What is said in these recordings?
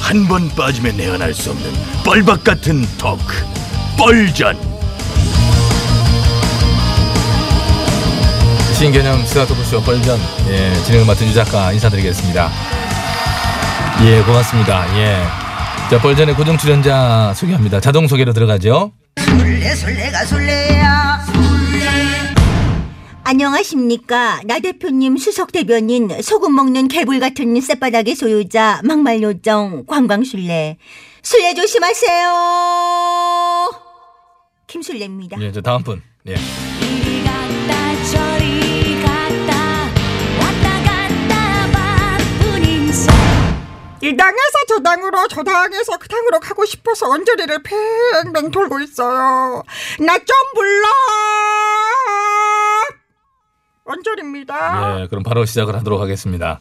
한 번 빠지면 내안할 수 없는 뻘박 같은 토크 뻘전 신개념 스타 토크쇼 뻘전 예, 진행을 맡은 유 작가 인사드리겠습니다. 예, 고맙습니다. 예. 자, 뻘전의 고정 출연자 소개합니다. 자동 소개로 들어가죠. 술래 술래가 술래야 안녕하십니까. 나 대표님 수석 대변인 소금 먹는 개불 같은 쌔바닥의 소유자 막말 요정 관광술래. 술래 조심하세요. 김술래입니다. 예, 저 다음 분. 예. 이리 갔다 저리 갔다 왔다 갔다 바쁜 인생 이 당에서 저 당으로 저 당에서 그 당으로 가고 싶어서 언저리를 팽팽 돌고 있어요. 나 좀 불러. 언저리입니다. 예, 그럼 바로 시작을 하도록 하겠습니다.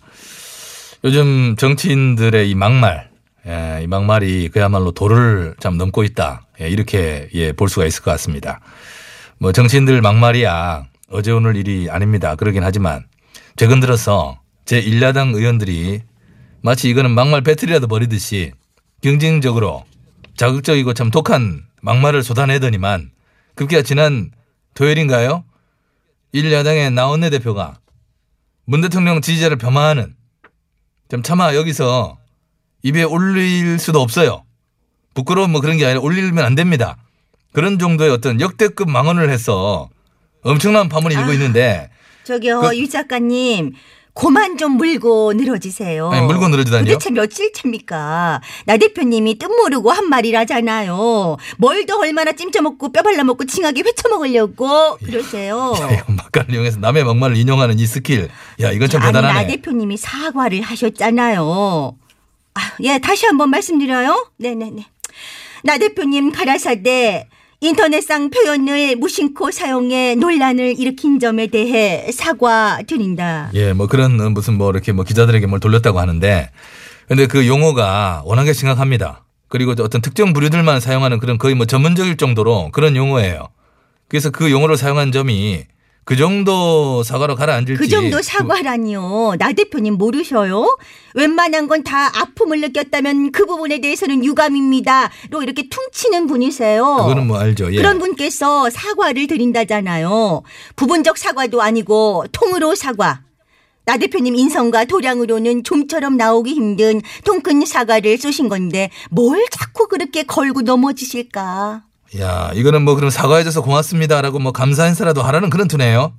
요즘 정치인들의 이 막말, 예, 이 막말이 그야말로 도를 참 넘고 있다. 예, 이렇게 예, 볼 수가 있을 것 같습니다. 뭐 정치인들 막말이야 어제 오늘 일이 아닙니다. 그러긴 하지만 최근 들어서 제 1야당 의원들이 마치 이거는 막말 배틀이라도 벌이듯이 경쟁적으로 자극적이고 참 독한 막말을 쏟아내더니만 급기야 지난 토요일인가요? 1야당의 나원내 대표가 문 대통령 지지자를 폄하하는 좀 차마 여기서 입에 올릴 수도 없어요. 부끄러운 뭐 그런 게 아니라 올리면 안 됩니다. 그런 정도의 어떤 역대급 망언을 해서 엄청난 파문이 아. 일고 있는데 저기요 그- 유 작가님. 고만 좀 물고 늘어지세요. 아니, 물고 늘어지다니요? 도대체 며칠째입니까? 나 대표님이 뜻 모르고 한 말이라잖아요. 뭘 더 얼마나 찜쪄먹고 뼈 발라먹고 칭하게 회쳐먹으려고 예. 그러세요. 야, 막간을 이용해서 남의 막말을 인용하는 이 스킬. 야, 이건 참 아니, 나 대단하네. 대표님이 사과를 하셨잖아요. 아, 예, 다시 한번 말씀드려요. 네네네. 나 대표님 가라사대 인터넷상 표현을 무심코 사용해 논란을 일으킨 점에 대해 사과드린다. 예, 뭐 그런 어, 무슨 뭐 이렇게 뭐 기자들에게 뭘 돌렸다고 하는데 근데 그 용어가 워낙에 심각합니다. 그리고 저 어떤 특정 부류들만 사용하는 그런 거의 뭐 전문적일 정도로 그런 용어예요. 그래서 그 용어를 사용한 점이 그 정도 사과로 가라앉을지 그 정도 사과라니요. 나 대표님 모르셔요? 웬만한 건 다 아픔을 느꼈다면 그 부분에 대해서는 유감입니다. 로 이렇게 퉁치는 분이세요. 그거는 뭐 알죠. 예. 그런 분께서 사과를 드린다잖아요. 부분적 사과도 아니고 통으로 사과. 나 대표님 인성과 도량으로는 좀처럼 나오기 힘든 통큰 사과를 쏘신 건데 뭘 자꾸 그렇게 걸고 넘어지실까? 야, 이거는 뭐 그럼 사과해줘서 고맙습니다라고 뭐 감사 행사라도 하라는 그런 투네요.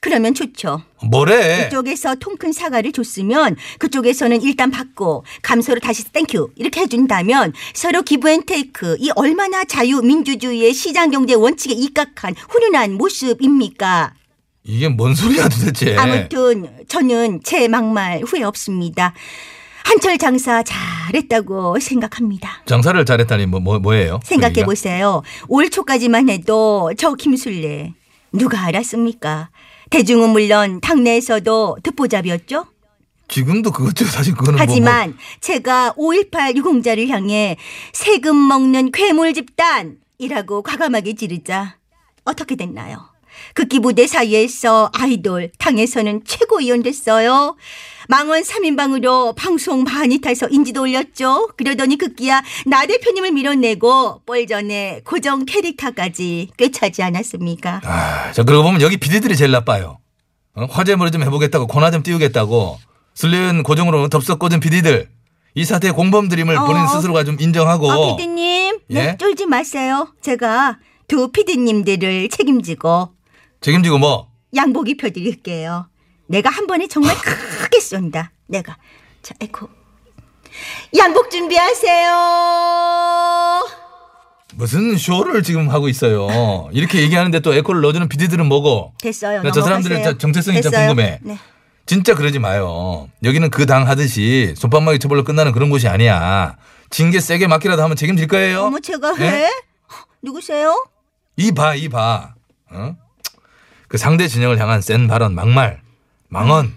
그러면 좋죠. 뭐래? 이쪽에서 통큰 사과를 줬으면 그쪽에서는 일단 받고 감소로 다시 땡큐 이렇게 해준다면 서로 기브앤테이크 이 얼마나 자유민주주의의 시장경제 원칙에 입각한 훈훈한 모습입니까? 이게 뭔 소리야 도대체? 아무튼 저는 제 막말 후회 없습니다. 한철 장사 잘했다고 생각합니다. 장사를 잘했다니 뭐, 뭐 뭐예요? 생각해 분위기가? 보세요. 올 초까지만 해도 저 김술래 누가 알았습니까? 대중은 물론 당내에서도 듣보잡이었죠. 지금도 그것도 사실 그거는 뭐- 하지만 제가 5.18 유공자를 향해 세금 먹는 괴물 집단이라고 과감하게 지르자 어떻게 됐나요? 그 극기부대 사이에서 아이돌, 당에서는 최고위원 됐어요. 망원 3인방으로 방송 많이 타서 인지도 올렸죠. 그러더니 극기야 나 대표님을 밀어내고 뻘전에 고정 캐릭터까지 꿰차지 않았습니까? 아, 자 그러고 보면 여기 비디들이 제일 나빠요. 어? 화제물을 좀 해보겠다고 권화 좀 띄우겠다고 슬레은 고정으로 덥석 꽂은 비디들 이 사태의 공범들임을 어. 본인 스스로가 좀 인정하고 어, 피디님, 예? 네, 쫄지 마세요. 제가 두 피디님들을 책임지고 책임지고 뭐 양복 입혀드릴게요. 내가 한 번에 정말 크게 쏜다. 내가. 자, 에코. 양복 준비하세요. 무슨 쇼를 지금 하고 있어요. 이렇게 얘기하는데 또 에코를 넣어주는 비디들은 뭐고 됐어요. 나저 네, 사람들의 넘어가세요. 자- 정체성이 진짜 됐어요. 궁금해. 네. 진짜 그러지 마요. 여기는 그 당 하듯이 손방망이 처벌로 끝나는 그런 곳이 아니야. 징계 세게 맞기라도 하면 책임질 거예요. 어머, 제가 예? 해? 누구세요? 이 봐, 이 봐. 어? 그 상대 진영을 향한 센 발언, 막말, 망언.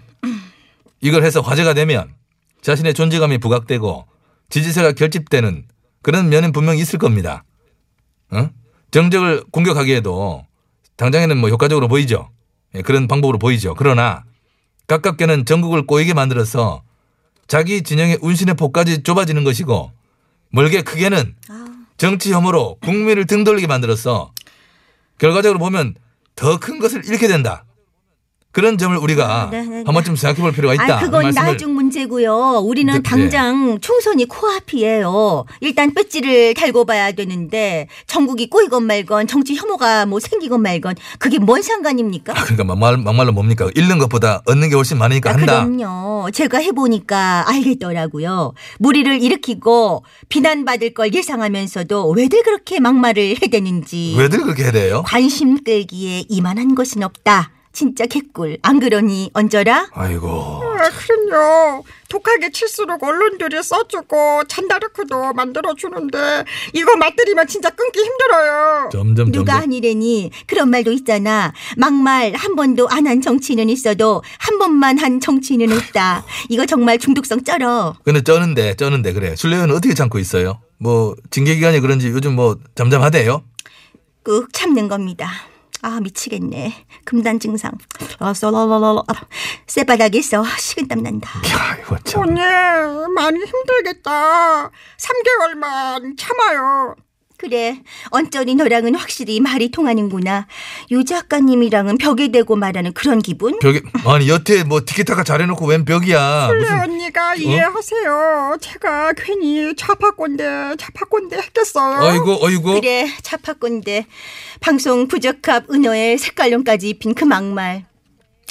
이걸 해서 화제가 되면 자신의 존재감이 부각되고 지지세가 결집되는 그런 면은 분명히 있을 겁니다. 어? 정적을 공격하기에도 당장에는 뭐 효과적으로 보이죠. 예, 그런 방법으로 보이죠. 그러나 가깝게는 전국을 꼬이게 만들어서 자기 진영의 운신의 폭까지 좁아지는 것이고 멀게 크게는 아. 정치 혐오로 국민을 등돌리게 만들어서 결과적으로 보면 더 큰 것을 잃게 된다. 그런 점을 우리가 네, 네, 네. 한 번쯤 생각해 볼 필요가 있다. 아, 이 그건 말씀을 나중 문제고요. 우리는 예. 이제 그래. 당장 총선이 코앞이에요. 일단 배지를 달고 봐야 되는데 전국이 꼬이건 말건 정치 혐오가 뭐 생기건 말건 그게 뭔 상관입니까? 아, 그러니까 막말, 막말로 뭡니까? 잃는 것보다 얻는 게 훨씬 아, 많으니까 한다. 그럼요. 제가 해보니까 알겠더라고요. 무리를 일으키고 비난받을 걸 예상하면서도 왜들 그렇게 막말을 해대는지 왜들 그렇게 해야 돼요? 관심 끌기에 이만한 것은 없다. 진짜 개꿀. 안 그러니 언저라? 아이고. 아, 그럼요. 독하게 칠수록 언론들이 써주고 잔다르크도 만들어주는데 이거 맞들이면 진짜 끊기 힘들어요. 점점 누가 점점. 아니래니 그런 말도 있잖아. 막말 한 번도 안 한 정치인은 있어도 한 번만 한 정치인은 없다. 이거 정말 중독성 쩔어. 근데 쩌는데 쩌는데 그래. 술래는 어떻게 참고 있어요? 뭐 징계 기간이 그런지 요즘 뭐 잠잠하대요. 꾹그 참는 겁니다. 아 미치겠네. 금단 증상. 어서러러러. 쌔바닥에서 식은땀 난다. 야 이거 참. 어, 언니 많이 힘들겠다. 3개월만 참아요. 그래 언저리 너랑은 확실히 말이 통하는구나. 유 작가님이랑은 벽에 대고 말하는 그런 기분? 벽이 아니 여태 뭐 티키타카 잘해놓고 웬 벽이야? 플레 무슨 어? 언니가 이해하세요. 제가 괜히 좌파꼰대 좌파꼰대 했겠어요. 어이구 어이구. 그래 자파꾼데 방송 부적합 은어의 색깔론까지 입힌 그 막말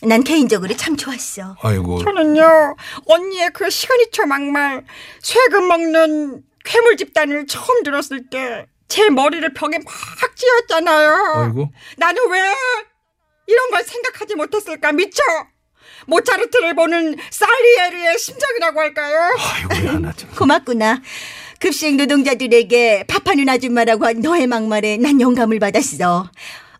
난 개인적으로 참 좋았어 아이고. 저는요 언니의 그 시그니처 막말 쇠금 먹는 괴물 집단을 처음 들었을 때 제 머리를 벽에 막 찧었잖아요. 아이고. 나는 왜 이런 걸 생각하지 못했을까 미쳐 모차르트를 보는 살리에르의 심정이라고 할까요? 아이고야 나 참. 고맙구나 급식 노동자들에게 밥하는 아줌마라고 한 너의 막말에 난 영감을 받았어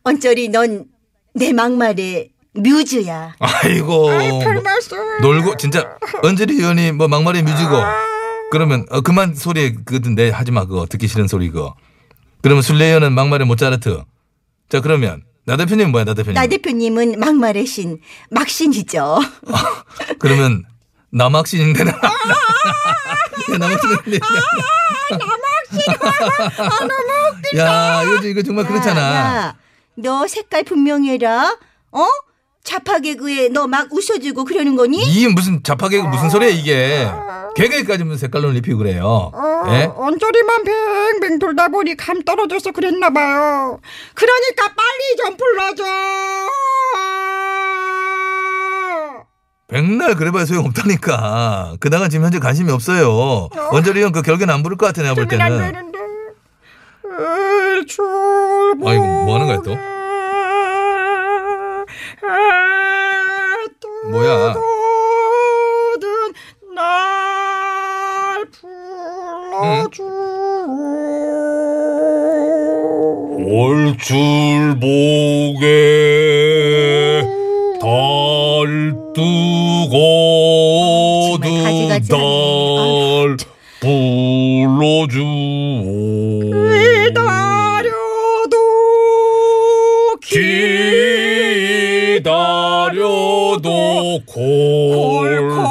언저리 넌 내 막말의 뮤즈야 아이고. 아이 별 뭐 말씀. 놀고 진짜 언저리 의원이 뭐 막말에 뮤지고 그러면 어, 그만 소리에 그든데 하지 마 그거 듣기 싫은 소리 그거. 그러면 술래 의원은 막말에 모짜르트. 자 그러면 나 대표님 뭐야 나 대표님. 나 대표님은 막말의 신 막신이죠 어, 그러면 남학신인데 나. 야, 남학신인데. 남학신. 야, 이거 이거 정말 그렇잖아. 야, 너 색깔 분명히 해라 어? 좌파 개그에 너 막 웃어주고 그러는 거니? 이 무슨 자파개 무슨 소리야 이게. 개개까지 무슨 색깔론 입히고 그래요. 어, 예? 언저리만 뱅뱅 돌다 보니 감 떨어져서 그랬나 봐요. 그러니까 빨리 좀 불러줘. 백날 그래봐야 소용없다니까. 그다가 지금 현재 관심이 없어요. 원절이 형 그 결과는 안 부를 것 같아 내가 볼 들으면 안 때는. 되는데. 어, 을 출국. 아이고, 뭐 하는 거야, 또? 뭐야? 모든 날 불러줘. 어? 올출복에 달뜨고 정말 가지가지 하네. 달 불러주오 기다려도 기다려도 콜 콜콜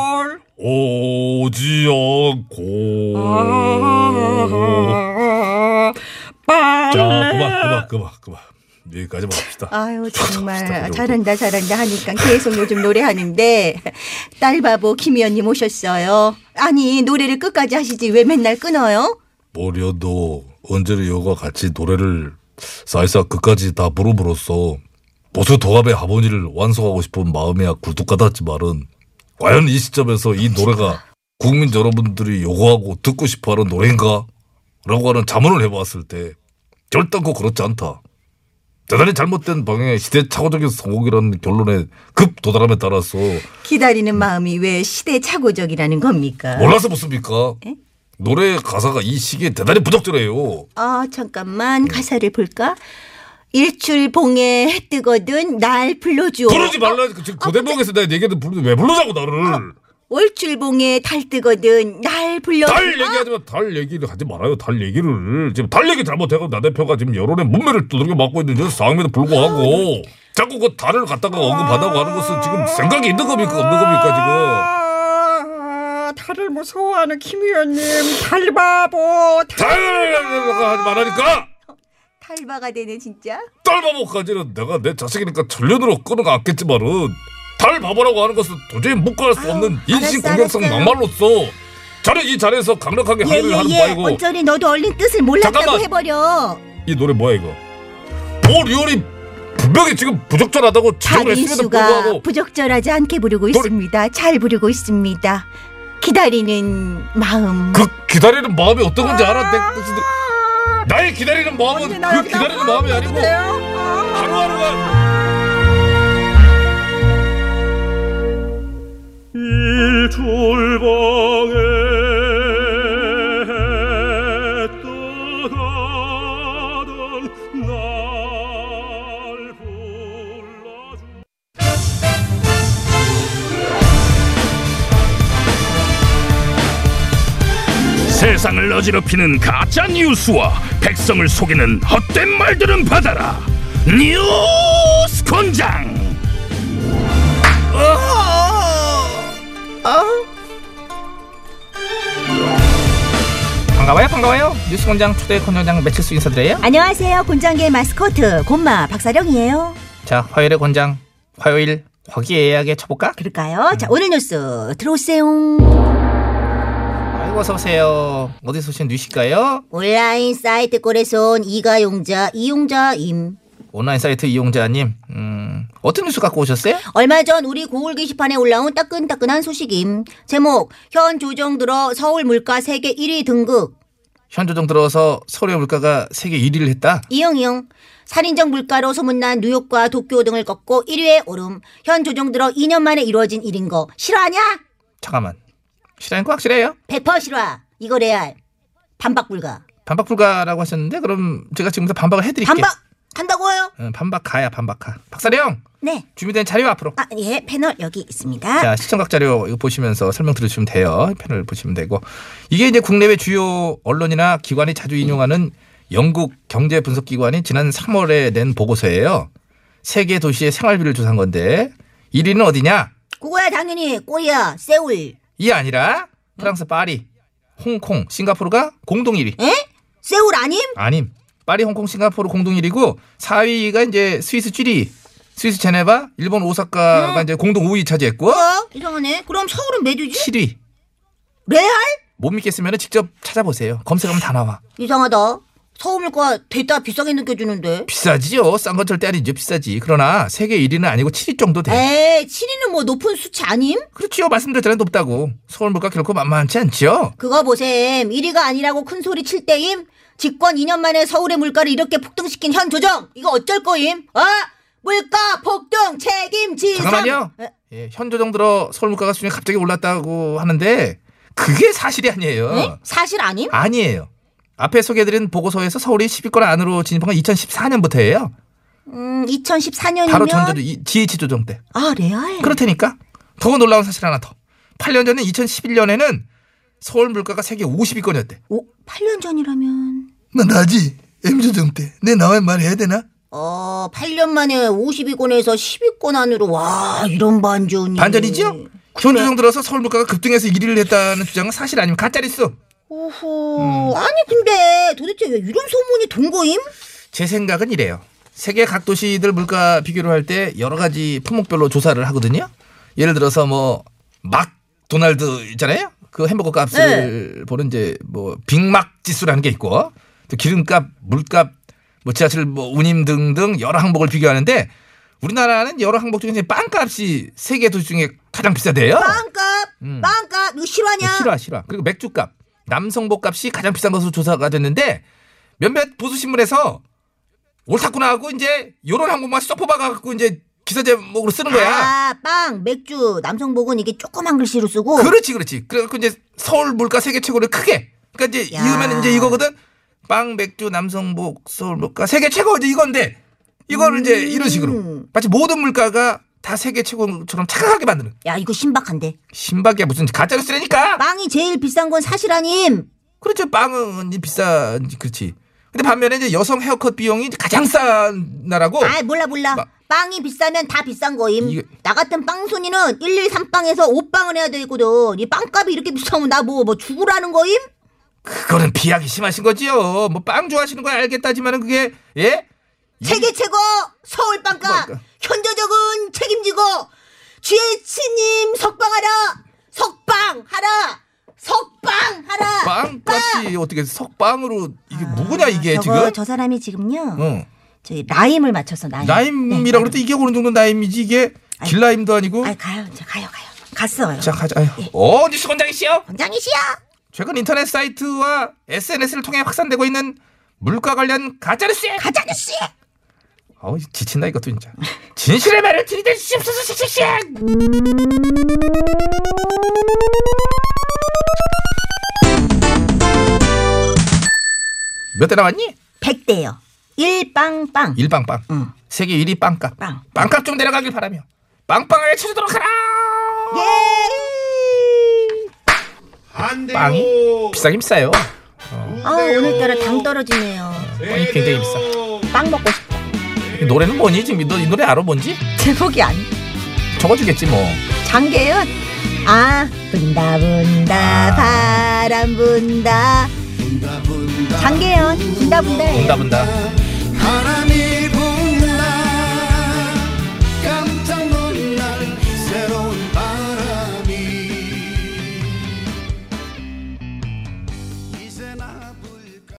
오지 않고 빨래 자 네. 그만 그만 그만 그만 여기까지만 합시다 아유 정말 갑시다. 잘한다 잘한다 하니까 계속 요즘 노래하는데 딸 바보 김희연님 오셨어요. 아니 노래를 끝까지 하시지 왜 맨날 끊어요? 보려도 언제를 여가 같이 노래를 사이사 끝까지 다 부름으로써 보수 도합의 하모니를 완성하고 싶은 마음이야 굴뚝 같았지만은 과연 이 시점에서 이 노래가 국민 여러분들이 요구하고 듣고 싶어하는 노래인가? 라고 하는 자문을 해봤을 때 결단코 그렇지 않다. 대단히 잘못된 방향의 시대착오적인 성공이라는 결론에 급 도달함에 따라서 기다리는 마음이 왜 시대착오적이라는 겁니까? 몰라서 묻습니까? 노래 가사가 이 시기에 대단히 부적절해요. 아 잠깐만 가사를 볼까? 일출봉에 해 뜨거든 날 어? 불러주오. 부르지 말라. 지금 고대목에서 내가 얘기해도 부르는데 왜 부르자고 어, 나를. 월출봉에 달 뜨거든 날 아, 불러. 달 얘기하지 마. 달 얘기를 하지 말아요. 달 얘기를. 지금 달 얘기 잘못해가 나 대표가 지금 여론의 문매를 두들겨 맞고 있는 상황에도 불구하고 자꾸 그 달을 갖다가 언급하다고 하는 것은 지금 생각이 있는 겁니까 없는 겁니까 지금. 아, 달을 무서워하는 김 의원님 달바보 달... 달바보가 하지 말라니까 탈바가 되네 진짜. 달바보까지는 내가 내 자식이니까 전륜으로 끊어갔겠지만은 달바보라고 하는 것은 도저히 묵과할 수 아유, 없는 인신 알았어, 공격성 알았어요. 막말로써 저는 이 자리에서 강력하게 항의를 하는 예예예. 거 아니고 언저리 너도 얼른 뜻을 몰랐다고 잠깐만. 해버려. 이 노래 뭐야 이거 어, 오리오리 분명히 지금 부적절하다고 지적을 했음에도 박인수가 불구하고 부적절하지 않게 부르고 노래- 있습니다. 잘 부르고 있습니다. 기다리는 마음. 그 기다리는 마음이 어떤 건지 알아 내 무슨- 나의 기다리는 마음은 언니 나 그 여기다 기다리는 마음이 화내도 아니고 돼요? 아. 하루하루가 세상을 어지럽히는 가짜 뉴스와 백성을 속이는 헛된 말들은 받아라. 뉴스 권장. 반가워요, 반가워요. 뉴스 공장 초대 권장장 매칠수 인사드려요. 안녕하세요. 곤장계 마스코트 곰마 박사령이에요. 자, 화요일의 권장, 화요일 화기애애하게 쳐볼까? 그럴까요? 자 오늘 뉴스 들어오세요. 아이고, 어서 오세요. 어디서 오신 뉴시가요? 온라인 사이트 꼴에서 온 이가용자 이용자임. 온라인 사이트 이용자님, 음, 어떤 뉴스 갖고 오셨어요? 얼마 전 우리 고울 게시판에 올라온 따끈따끈한 소식임. 제목 현 조정 들어 서울 물가 세계 1위 등극. 현 조정 들어서 서울의 물가가 세계 1위를 했다. 이영이영 살인적 물가로 소문난 뉴욕과 도쿄 등을 꺾고 1위에 오름. 현 조정 들어 2년 만에 이루어진 일인 거 싫어하냐? 잠깐만. 실화인 거 확실해요? 100% 싫어. 이거 레알. 반박 불가. 반박 불가라고 하셨는데 그럼 제가 지금부터 반박을 해드릴게요. 반박 한다고요? 응, 반박 가야 반박 가. 박사령 네. 준비된 자료 앞으로. 아, 예. 패널 여기 있습니다. 자 시청각 자료 이거 보시면서 설명 들으시면 돼요. 패널 보시면 되고 이게 이제 국내외 주요 언론이나 기관이 자주 인용하는 영국 경제 분석 기관이 지난 3월에 낸 보고서예요. 세계 도시의 생활비를 조사한 건데 1위는 어디냐? 그거야 당연히 꼬리야. 세울. 이 아니라 프랑스 파리, 홍콩, 싱가포르가 공동 1위. 에? 세울 아님? 아님. 파리, 홍콩, 싱가포르 공동 1위고 4위가 이제 스위스 쥐리, 스위스 제네바, 일본 오사카가 이제 공동 5위 차지했고 어? 이상하네. 그럼 서울은 매주지? 7위. 레알? 못 믿겠으면 직접 찾아보세요. 검색하면 다 나와. 이상하다. 서울 물가 됐다 비싸게 느껴지는데. 비싸지요. 싼 것처럼 때리죠. 비싸지. 그러나 세계 1위는 아니고 7위 정도 돼. 에이, 7위는 뭐 높은 수치 아님? 그렇지요. 말씀드렸잖아요. 높다고. 서울 물가 결코 만만치 않지요. 그거 보셈. 1위가 아니라고 큰 소리 칠 때임. 집권 2년 만에 서울의 물가를 이렇게 폭등시킨 현 조정. 이거 어쩔 거임? 어? 물가 폭등 책임지상. 잠깐만요. 에, 예, 현 조정 들어 서울 물가가 수준이 갑자기 올랐다고 하는데 그게 사실이 아니에요. 에? 네? 사실 아님? 아니에요. 앞에 소개해드린 보고서에서 서울이 10위권 안으로 진입한 건 2014년부터예요. 음, 2014년이면 바로 전조 GH 조정 때. 아, 레알. 그렇다니까 더 놀라운 사실 하나 더. 8년 전인 2011년에는 서울 물가가 세계 50위권이었대. 오, 8년 전이라면 나 나지 M 조정 때. 내 나와 말해야 되나? 어, 8년 만에 50위권에서 10위권 안으로 와, 이런 반전이. 네. 반전이지요? 현 조정 들어서 서울 물가가 급등해서 1위를 했다는 주장은 사실 아니면 가짜리수. 오호. 음. 아니 근데 도대체 왜 이런 소문이 돈 거임? 제 생각은 이래요. 세계 각 도시들 물가 비교를 할 때 여러 가지 품목별로 조사를 하거든요. 예를 들어서 뭐 막 도날드 있잖아요. 그 햄버거 값을 보는 이제 뭐 빅막 지수라는 게 있고 또 기름값, 물값, 뭐 지하철 뭐 운임 등등 여러 항목을 비교하는데 우리나라는 여러 항목 중에 이제 빵값이 세계 도시 중에 가장 비싸대요. 빵값, 음. 빵값 이거 실화냐? 싫어 싫어. 그리고 맥주값, 남성복값이 가장 비싼 것으로 조사가 됐는데 몇몇 보수 신문에서 옳다구나 하고 이제 요런 항목만 쏙 뽑아갖고 이제 기사 제목으로 쓰는 거야. 아, 빵, 맥주, 남성복은 이게 조그만 글씨로 쓰고. 그렇지 그렇지. 그래갖고 이제 서울 물가 세계 최고를 크게. 그러니까 이제 야. 이으면 이제 이거거든. 빵, 맥주, 남성복, 서울 물가 세계 최고 이제 이건데 이거를 이제 음. 이런 식으로 마치 모든 물가가 다 세계 최고처럼 착각하게 만드는 야, 이거 신박한데. 신박이야 무슨 가짜로 쓰라니까. 빵이 제일 비싼 건 사실 아님. 그렇죠. 빵은 이 비싼, 그렇지. 근데 반면에 이제 여성 헤어컷 비용이 이제 가장 싼 나라고. 아, 몰라 몰라. 마- 빵이 비싸면 다 비싼 거임. 이게- 나 같은 빵순이는 113빵에서 5빵을 해야 되거든. 이 빵값이 이렇게 비싸면 나 뭐 뭐 죽으라는 거임? 그거는 비약이 심하신 거지요. 뭐 빵 좋아하시는 건 알겠다지만은 그게 예? 세계 최고 서울 빵값 현저적은 책임지고 GH님 석방하라 석방하라 석방하라 빵값이 어떻게 석빵으로 이게 뭐냐 이게 아, 저거 지금? 저 사람이 지금요 어. 저기 라임을 맞춰서 라임 라임이라 그래도 이게 어느 정도 라임이지 이게 길라임도 아니고. 아 가요 이제 예. 가요 가요 갔어요 자 가자. 아유. 어 뉴스 권장이시여. 광장이시야 최근 인터넷 사이트와 SNS를 통해 확산되고 있는 물가 관련 가짜뉴스에 가짜뉴스 아우 지친다 이것도 진짜 진실의 말을 들이대 주십시오 씩씩씩 몇대 나왔니? 100대요 1빵빵 일빵빵 세계 1위 빵값 빵. 빵값 좀 내려가길 바라며 빵빵하게 쳐주도록 하라 예! 빵이 비싸긴 비싸요 네. 아 오늘따라 당 떨어지네요 빵이 굉장히 비싸 빵 먹고 싶어 이 노래는 뭐니 지금 너 이 노래 알아 뭔지? 제목이 아니 적어주겠지 뭐 장계연 아 분다 분다 아. 바람 분다 장계연 분다 분다 본다 본다 바람이